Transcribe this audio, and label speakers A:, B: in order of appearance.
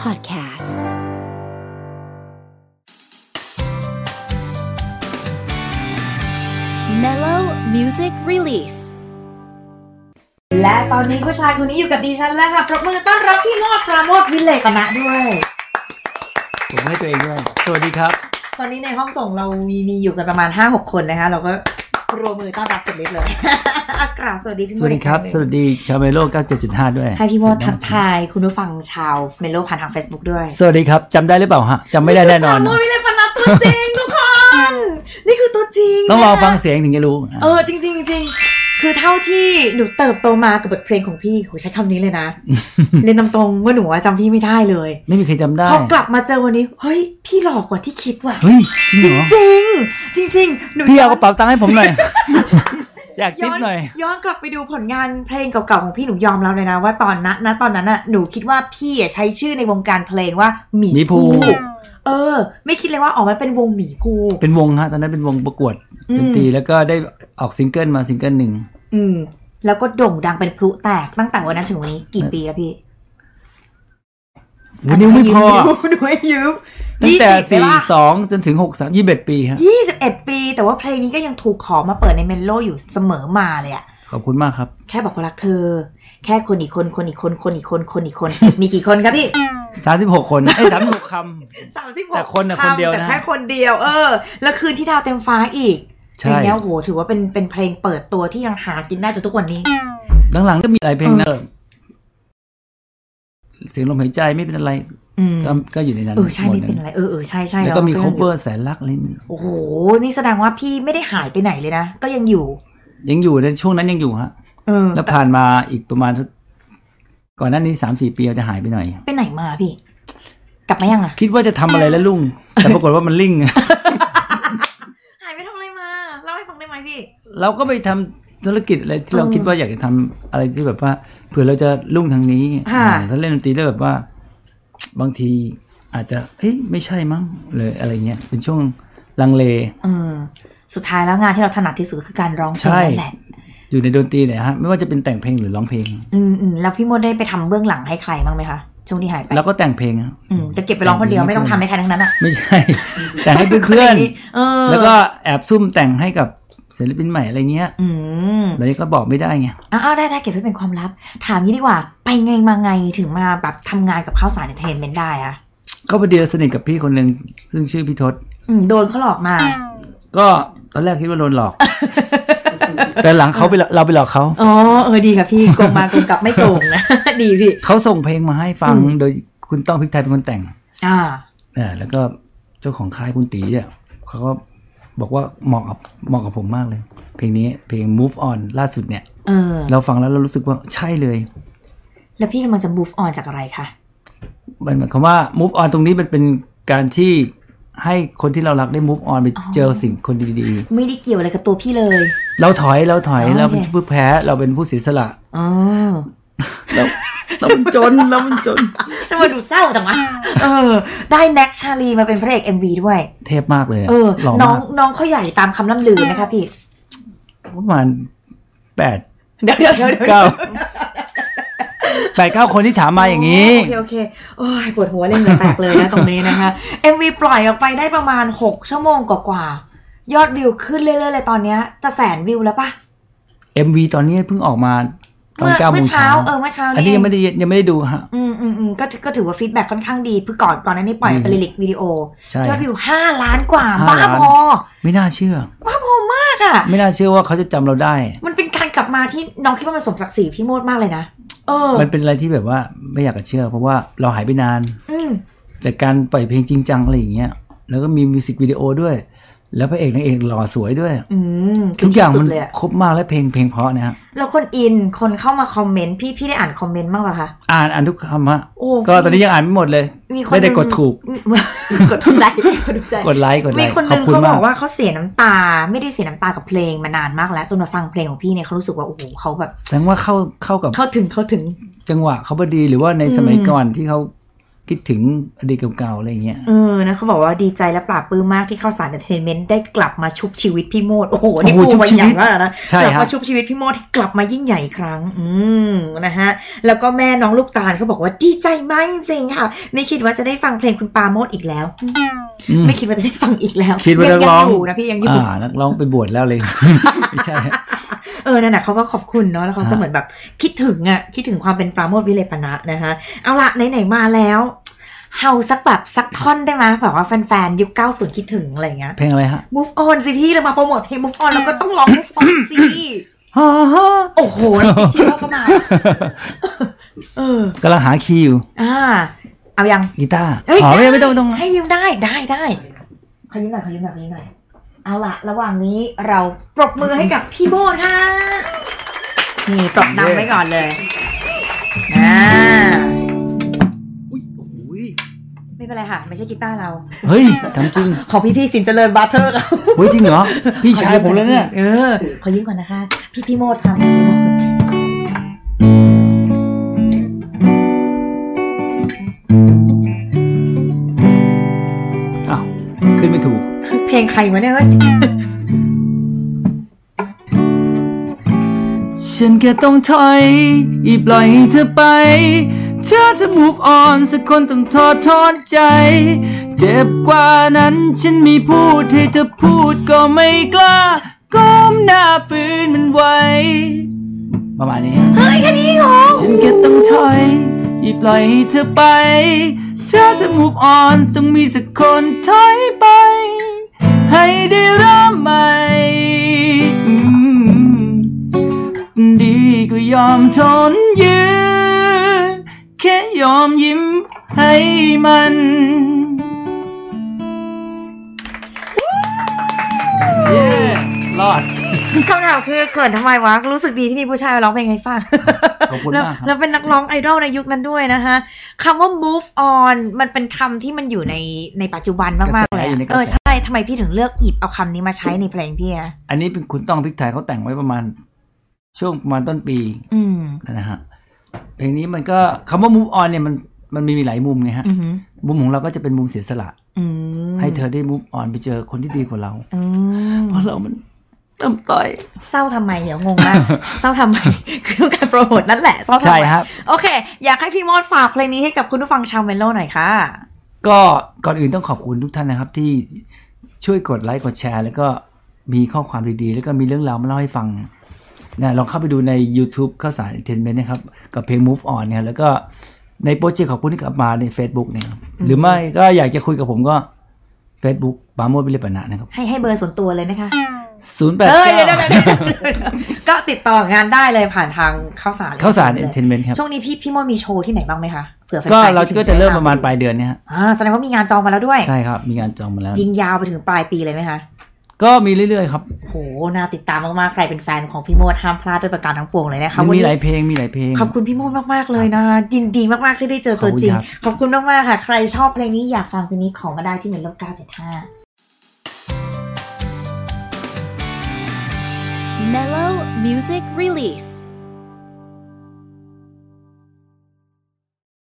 A: Podcast Mellow Music Release
B: และตอนนี้ผู้ชายคนนี้อยู่กับดิฉันแล้วค่ะ ปรบมือต้อนรับพี่โมดปราโมดวิเลกนะด้วย
C: ผมให้ตัวเองด้วย สวัสดีครับ
B: ตอนนี้ในห้องส่งเรามีมีอยู่กันประมาณ 5 6 คนนะคะ เราก็รวมมือต้อนรับสุดฤทธิ์เลย อากราบสวัสดีพี่
C: ส
B: โม
C: วั
B: ด
C: สดีครับ ส
B: อีกงหนึ่ง
C: วัสดีชาวเมโล97.5 ด้วย
B: ให้พี่โมดทักทายคุณผู้ฟังชาวเมโลผ่านทาง Facebook ด้วย
C: สวัสดีครับจำได้หรือเปล่าฮะจำไม่ได้แน่นอน
B: ปราโมดวิเลกนะตัวจริงทุกคน นี่คือตัวจริง
C: ต้องรอฟัง
B: นะคะ
C: เสียงถึงจะรู้
B: เออจริงจริงจริงคือเท่าที่หนูเติบโตมากับบทเพลงของพี่โหใช้คำนี้เลย นะ เรียนตามตรงว่าหนูอะจำพี่ไม่ได้เลย
C: ไม่มีใครจำได้
B: พอกลับมาเจอวันนี้ เฮ้ย พี่หลอกกว่าที่คิดว่ะ
C: เฮ้ย จริงเหรอ
B: จริง จริงจริงๆหนู
C: พี่
B: ย้
C: เอา
B: น
C: กระเป๋าตังค์ให้ผมหน่อย แจกทิ
B: ย้
C: ป
B: อน
C: หน่อย
B: ย้อนกลับไปดูผลงานเพลงเก่าๆของพี่หนูยอมแล้วเลยนะ ว่าตอนนั้นนะตอนนั้นน่ะหนูคิดว่าพี่อะใช้ชื่อในวงการเพลงว่าหมี
C: หมีภู
B: เออ ไม่คิดเลยว่าออกมาเป็นวงหมีภู
C: เป็นวงฮะ ตอนนั้นเป็นวงประกวด
B: อืม
C: ดนตรีแล้วก็ได้ออกซิงเกิลมาซิงเกิลหนึ่ง
B: อืม แล้วก็โด่งดังเป็นพลุแตกตั้งแต่วันนั้นถึงวันนี้กี่ปีแล้วพี่
C: วันนี้วไม่พอ
B: หนูให้ยืม
C: ตั้งแต่
B: ยี่บได้ปะ
C: 42 จนถึง 63 21 ปีฮะ
B: ยี่สิบเอ็ดปีแต่ว่าเพลงนี้ก็ยังถูกขอมาเปิดในเมนโลอยู่เสมอมาเลยอะ
C: ขอบคุณมากครับ
B: แค่บอกว่ารักเธอ แค่คนอีกคนคนอีกคนคนอีกคนคนอีกคน มีกี่คนครับพี่
C: 36 คนเอ้ย36คำ
B: สามสิบหก
C: แต่คนน่ะคนเดียวนะ
B: แต่แค่คนเดียว เออ แล้วคืนที่ดาวเต็มฟ้าอีก
C: ใช่
B: อย่างเงี้ยโหถือว่าเป็นเป็นเพลงเปิดตัวที่ยังหากินได้จนทุกวันนี้
C: หลังๆก็มีหลายเพลงนะเสียงลมหายใจไม่เป็นอะไร
B: อืม
C: ก็ก็อยู่ในนั้น
B: เออใช่
C: หด
B: ไม่เป็น
C: ลย
B: ไรเออเออใช่ใช่
C: แล้วก็มี
B: เา
C: cover แสนรักอะไรนี่
B: โอ้โหนี่แสดงว่าพี่ไม่ได้หายไปไหนเลยนะก็ยังอยู่
C: ยังอยู่ในช่วงนั้นยังอยู่ฮะ
B: เออ
C: แล้วผ่านมาอีกประมาณสักก่อนหน้านี้สามสี่ปีเราจะหายไปหน่อย
B: ไปไหนมาพี่ กลับมายังอะ
C: คิดว่าจะทำอะไรแล้วลุ่ง แต่ปรากฏว่ามันลิ่ง
B: หายไปทำอะไรมาเล่าให้ฟังได้ไหมพี่
C: เราก็ไปทำธุรกิจอะไรที่เรา
B: เออ
C: คิดว่าอยากจะทำอะไรที่แบบว่าเผื่อเราจะลุ่งทางนี้
B: ค่ะ
C: อ่าถ้าเล่นดนตรีแล้วแบบว่า บางทีอาจจะเอ้ยไม่ใช่มั้งเลยอะไรเงี้ยเป็นช่วงลังเล
B: เออสุดท้ายแล้วงานที่เราถนัดที่สุดก็คือการร้องเพลง
C: ใช่
B: นั่นแหละ
C: อยู่ในดนตรีเนี่ยฮะไม่ว่าจะเป็นแต่งเพลงหรือร้องเพลง
B: อืมอืมแล้วพี่มดได้ไปทำเบื้องหลังให้ใครบ้างไหมคะช่วงที่หายไป
C: แล้วก็แต่งเพลงฮะ
B: อืมจะเก็บไปร้องคนเดียวไม่ต้องทำให้ใครทั้งนั้นอ่ะ
C: ไม่ใช่ แต่งให้เพื่อน
B: เออ
C: ๆแล้วก็แอบซุ่มแต่งให้กับศิลปินใหม่อะไรเงี้ย
B: อืม
C: เราก็บอกไม่ได้ไง
B: อ้าวได้ได้เก็บไว้เป็นความลับ ถามยี่ดีกว่า ไปไงมาไงถึงมาแบบทำงานกับข้าวสารเอนเทนเมนได้อะ
C: ก็พอดีเราสนิทกับพี่คนหนึ่งซึ่งชื่อพี่ทศ
B: อืมโดนเขาหลอกมา
C: ก็ตอนแรกคิดว่าโดน หลอก แต่หลังเขาไปหลอกเราไปหลอกเขา
B: อ๋อเออดีค่ะพี่โกงมาโกงกลับไม่โกงนะ ดีพี่
C: เขาส่งเพลงมาให้ฟัง
B: อืม
C: โดยคุณต้องพริกไทยเป็นคนแต่ง
B: อ่า
C: อ่าแล้วก็เจ้าของค่ายคุณตีเนี่ยเขาก็บอกว่าเหมาะกับเหมาะกับผมมากเลย เพลงนี้เพลง move on ล่าสุดเนี่ย
B: เออ
C: เราฟังแล้วเรารู้สึกว่าใช่เลย
B: แล้วพี่กำลังจะ move on จากอะไรคะ
C: มันหมายความว่า move on ตรงนี้มันเป็นการที่ให้คนที่เรารักได้ move on ไปเจอสิ่งคนดี
B: ไม่ได้เกี่ยวอะไรกับตัวพี่เลย
C: ๆ เราถอยเราถอยเราเป็นผู้แพ้เราเป็นผู้เสียสละ
B: อ๋อ
C: เราเรามันจนเรามันจน
B: ทำไมดูเศร้าจังวะ เออ ได้แน็กชาลีมาเป็นพระเอก MV ด้วย
C: เทพมากเลยอะ
B: เออ
C: หล่อ
B: น้อง
C: มาก
B: น้องเขาใหญ่ตามคำล่ำลือไหมคะพี่
C: ประมาณแปด
B: เดี๋ยวเดี๋ยวเดี๋ยว
C: เก้าแปดเก้าคนที่ถามมาอย่างนี้
B: โอเคโอเค โอ้ยปวดหัวเล่นเหงินแตกเลยนะตรงนี้นะคะ MV ปล่อยออกไปได้ประมาณ 6 ชั่วโมงกว่าๆ ยอดวิวขึ้นเรื่อยๆเลยตอนเนี้ย จะแสนวิวแล้วปะ
C: MV ตอนนี้เพิ่งออกมาตอน
B: เมื่อ
C: เก้าโม
B: เมื่อง เช้า
C: เช้า
B: เออเมื่อเช้า
C: อันนี้
B: นี่
C: ยังไม่ได้ยังไม่ได้ดูฮะ
B: อืมอืมอืมก็ก็ถือว่าฟีดแบ็กค่อนข้างดีเพื่อก่อนก่อนหนั้นนี่ปล่อยเป็นลิลิกวิดีโอ
C: ใช่
B: ยอดวิวห้าล้านกว่า
C: ห้า
B: บ้า
C: ล้าน
B: พอ
C: ไม่น่าเชื่อ
B: บ้าพอมากอ่ะ
C: ไม่น่าเชื่อว่าเขาจะจำเราได้
B: มันเป็นการกลับมาที่น้องคิดว่ามันสมศักดิ์ศรีพี่โมดมากเลยนะ เออ
C: มันเป็นอะไรที่แบบว่าไม่อยากจะเชื่อ เพราะว่าเราหายไปนาน
B: อืม
C: จากการปล่อยเพลงจริงจังอะไรอย่างเงี้ย แล้วก็มีมิวสิกวิดีโอด้วย แล้วพระเอกนางเอกหล่อสวยด้วย
B: อืม
C: ทุกอย่างมัน
B: สุดเลยะ
C: ครบมากและเพลงเพลงเพราะนะฮะ
B: แล้วคนอิน คนเข้ามาคอมเมนต์ พี่พี่ได้อ่านคอมเมนต์บ้างป่ะคะ
C: อ่านอ่านทุกคำฮะ
B: โอ้
C: ก็ตอนนี้ยังอ่านไม่หมดเลย
B: มีคน
C: ไม่ได้ก
B: ห
C: ด
B: นึ่ง
C: ถูก
B: กดถูกใจกดถูกใจ
C: กดไลค์กดไล
B: มี
C: ค์
B: คนห
C: ขอบ
B: นึ่ง
C: คุณ
B: เขาบ
C: มา
B: อก
C: ก
B: ว่าเขาเสียน้ำตา ไม่ได้เสียน้ำตากับเพลงมานานมากแล้ว จนมาฟังเพลงของพี่เนี่ยเขารู้สึกว่า โอ้โหเขาแบบ
C: แสดงว่าเข้าเข้ากับ
B: เข้าถึงเข้าถึง
C: จังหวะเขาพอดีหรือว่าในสมัย
B: อืม
C: ก่อนที่เขา คิดถึงอดีตเก่าๆอะไรอย่างเงี้ย
B: เออนะเขาบอกว่าดีใจและปลาบปลื้มมากที่เข้าวสารเอนเตอร์เทนเมนต์ได้กลับมาชุบชีวิตพี่โมดโอ้โหนี่
C: โอ้โห
B: พูดมา
C: ชุบชี
B: อ
C: วิ
B: ย่า
C: ต
B: งว่านะ
C: ใช่
B: กลั
C: ครับ
B: มาชุบชีวิตพี่โมดที่กลับมายิ่งใหญ่อีกครั้ง อืมนะฮะแล้วก็แม่น้องลูกตาลเขาบอกว่าดีใจมากจริงๆค่ะ ไม่คิดว่าจะได้ฟังเพลงคุณปาโมดอีกแล้ว
C: อืม
B: ไม่คิดว่าจะได้ฟังอีกแล้ว
C: คิดว่า
B: ยั
C: นักร้อง
B: ยัอยู่นะพี่ยังอยู่
C: อ่านักร้องไปบวชแล้วเลย ไม่ใช่
B: เออ นั่นแหะเขาก็ขอบคุณเนาะ แล้วเขาก็
C: ฮะ
B: เหมือนแบบ คิดถึงอ่ะ คิดถึงความเป็นปราโมทวิเลปนะนะคะ เอาละไหน ๆ มาแล้ว เฮาสักแบบสักท่อนได้ไหมแบบว่าแฟน ๆ ยุค 90 คิดถึงอะไรอย่างเงี้ย
C: เพลงอะไรฮะ
B: move on สิพี่เรามาโปรโมทเพลง move on แล้วก็ต้องร้อง move on สิ
C: ฮ่าฮ่า
B: โอ้โหแล้วพี่เชียร์ก็มา เออ
C: กำลังหาคีย์อยู่
B: อ่า เอายัง
C: กีตาร์
B: เอ้ย
C: อ๋อไม่
B: ด้
C: ไม่ต้องไม่ต้อง
B: ให้ยืมได้ ได้ได้ขอยืมหน่อยขอยืมหน่อยขอยืมหน่อย เอาละระหว่างนี้เราปรบมือให้กับพี่โบทค่ะ นี่ปรบนำไว้ก่อนเลย อ่า
C: อุ๊ยโอ้ย
B: ไม่เป็นไรค่ะ ไม่ใช่กีตาร์เรา
C: เฮ้ยทำจริง
B: ของพี่พี่ๆสินเจริญบาร์เทอร์ค่ะ
C: เฮ้ยจริงเหรอ พี่ชายผมแล้วเนี่ย
B: เออ ขอยืมก่อนนะคะ พี่พี่โมดค่ะพี่โมด
C: อ้าว ขึ้นไม่ถูก
B: เพลงใครวะเนี่ยเอ้ย
C: ฉันแค่ต้องถอยอีปล่อยให้เธอไป เธอจะ move on สักคนต้องทอดทอนใจ เจ็บกว่านั้นฉันไมีพูดให้เธอพูดก็ไม่กล้า ก้มหน้าฝืนมันไว้ ประมาณนี้
B: เฮ้ยแค่นี้เหรอ
C: ฉันแค่ต้องถอยอีปล่อยให้เธอไป เธอจะ move on ต้องมีสักคนถอยไป ให้ได้เริ่มใหม่อืม ดีก็ยอมทนยืนแค่ยอมยิ้มให้มัน เย้รอด
B: คำถามคือเขินทำไมวะ รู้สึกดีที่มีผู้ชายมาร้องเพลงให้ฟัง
C: ขอบคุณ
B: แล้ว
C: มากครับ
B: แล้วเป็นนักร้องไอดอลในยุคนั้นด้วยนะคะคำว่า move on มันเป็นคำที่มันอยู่ในในปัจจุบันมากๆ
C: กระแส
B: เลย
C: อยู่ในก
B: อะ
C: ระแส
B: เออใช่ทำไมพี่ถึงเลือกหยิบเอาคำนี้มาใช้ในเพลงพี่อะ
C: อันนี้เป็นคุณต้องพริกไทยเขาแต่งไว้ประมาณ ช่วงประมาณต้นปี
B: อืม
C: นะฮะ เพลงนี้มันก็คำว่า move on เนี่ยมันมันมีหลายมุมไงฮะ
B: อือหือ
C: มุมของเราก็จะเป็นมุมเสียสละ
B: อืม
C: ให้เธอได้ move on ไปเจอคนที่ดีกว่าเรา
B: อืม
C: เพราะเรามันต่ำต้อย
B: เศร้าทำไมเดี๋ยวงงมาก เศร้าทำไม คือต้องการโปรโมทนั่นแหละเศร้าทำ
C: ใช่
B: ไม
C: ครับ
B: โอเค อยากให้พี่มอดฝากเพลงนี้ให้กับคุณผู้ฟังชาวเมโลหน่อยค่ะ
C: ก็ก่อนอื่นต้องขอบคุณทุกท่านนะครับ ที่ช่วยกดไลค์กดแชร์ แล้วก็มีข้อความดีๆ แล้วก็มีเรื่องราวมาเล่าให้ฟังนะลองเข้าไปดูใน YouTube ข้าวสาร Entertainment นะครับ กับเพลง Move On เนี่ยแล้วก็ในโปรเจกต์ของคุณที่กลับมาใน Facebook เนี่ยครับหรือไม่ก็อยากจะคุยกับผมก็ Facebook ปราโมดวิเลปนะนะครับ
B: ให้ให้เบอร์ส่วนตัวเลยนะคะ
C: 0 8
B: เอ้ยเดี๋ยวๆ
C: 9
B: ๆๆก็ติดต่องานได้เลยผ่านทางข้าวสาร
C: ข้าวสาร Entertainment ครับ
B: ช่วงนี้พี่พี่มดมีโชว์ที่ไหนบ้างไหมคะเผื่อแฟนๆ
C: ก็เรา
B: ที่
C: ก็จะเริ่มประมาณปลายเดือนเนี่ยฮะ
B: อ่าแสดงว่ามีงานจองมาแล้วด้วย
C: ใช่ครับ มีงานจองมาแล้ว
B: ยิงยาวไปถึงปลายปีเลยไหมคะ
C: ก็มีเรื่อยๆครับ
B: โหน่าติดตามมากๆใครเป็นแฟนของพี่มดห้ามพลาดด้วยประการทั้งปวงเลยนะคะ
C: มัน
B: วัน
C: มี
B: นี้
C: หลายเพลงมีหลายเพลง
B: ขอบคุณพี่มดมากๆเลยนะยินดีมากๆที่ได้เจอ
C: ขอบคุ
B: ตัวจริ
C: ณ
B: ง
C: ครับ
B: ขอบคุณมากๆค่ะ ใครชอบเพลงนี้อยากฟังเพลงนี้ขอมาได้ที่เมนโล975
A: Mellow Music Release.